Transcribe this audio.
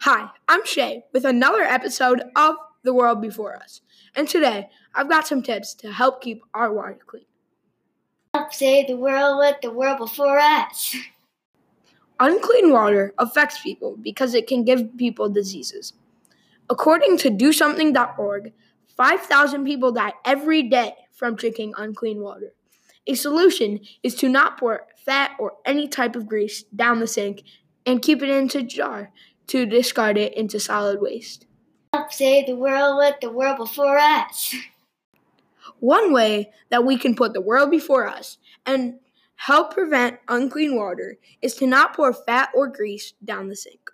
Hi, I'm Shay with another episode of The World Before Us. And today, I've got some tips to help keep our water clean. Help save the world with the world before us. Unclean water affects people because it can give people diseases. According to DoSomething.org, 5,000 people die every day from drinking unclean water. A solution is to not pour fat or any type of grease down the sink and keep it into a jar to discard it into solid waste. Help save the world with the world before us. One way that we can put the world before us and help prevent unclean water is to not pour fat or grease down the sink.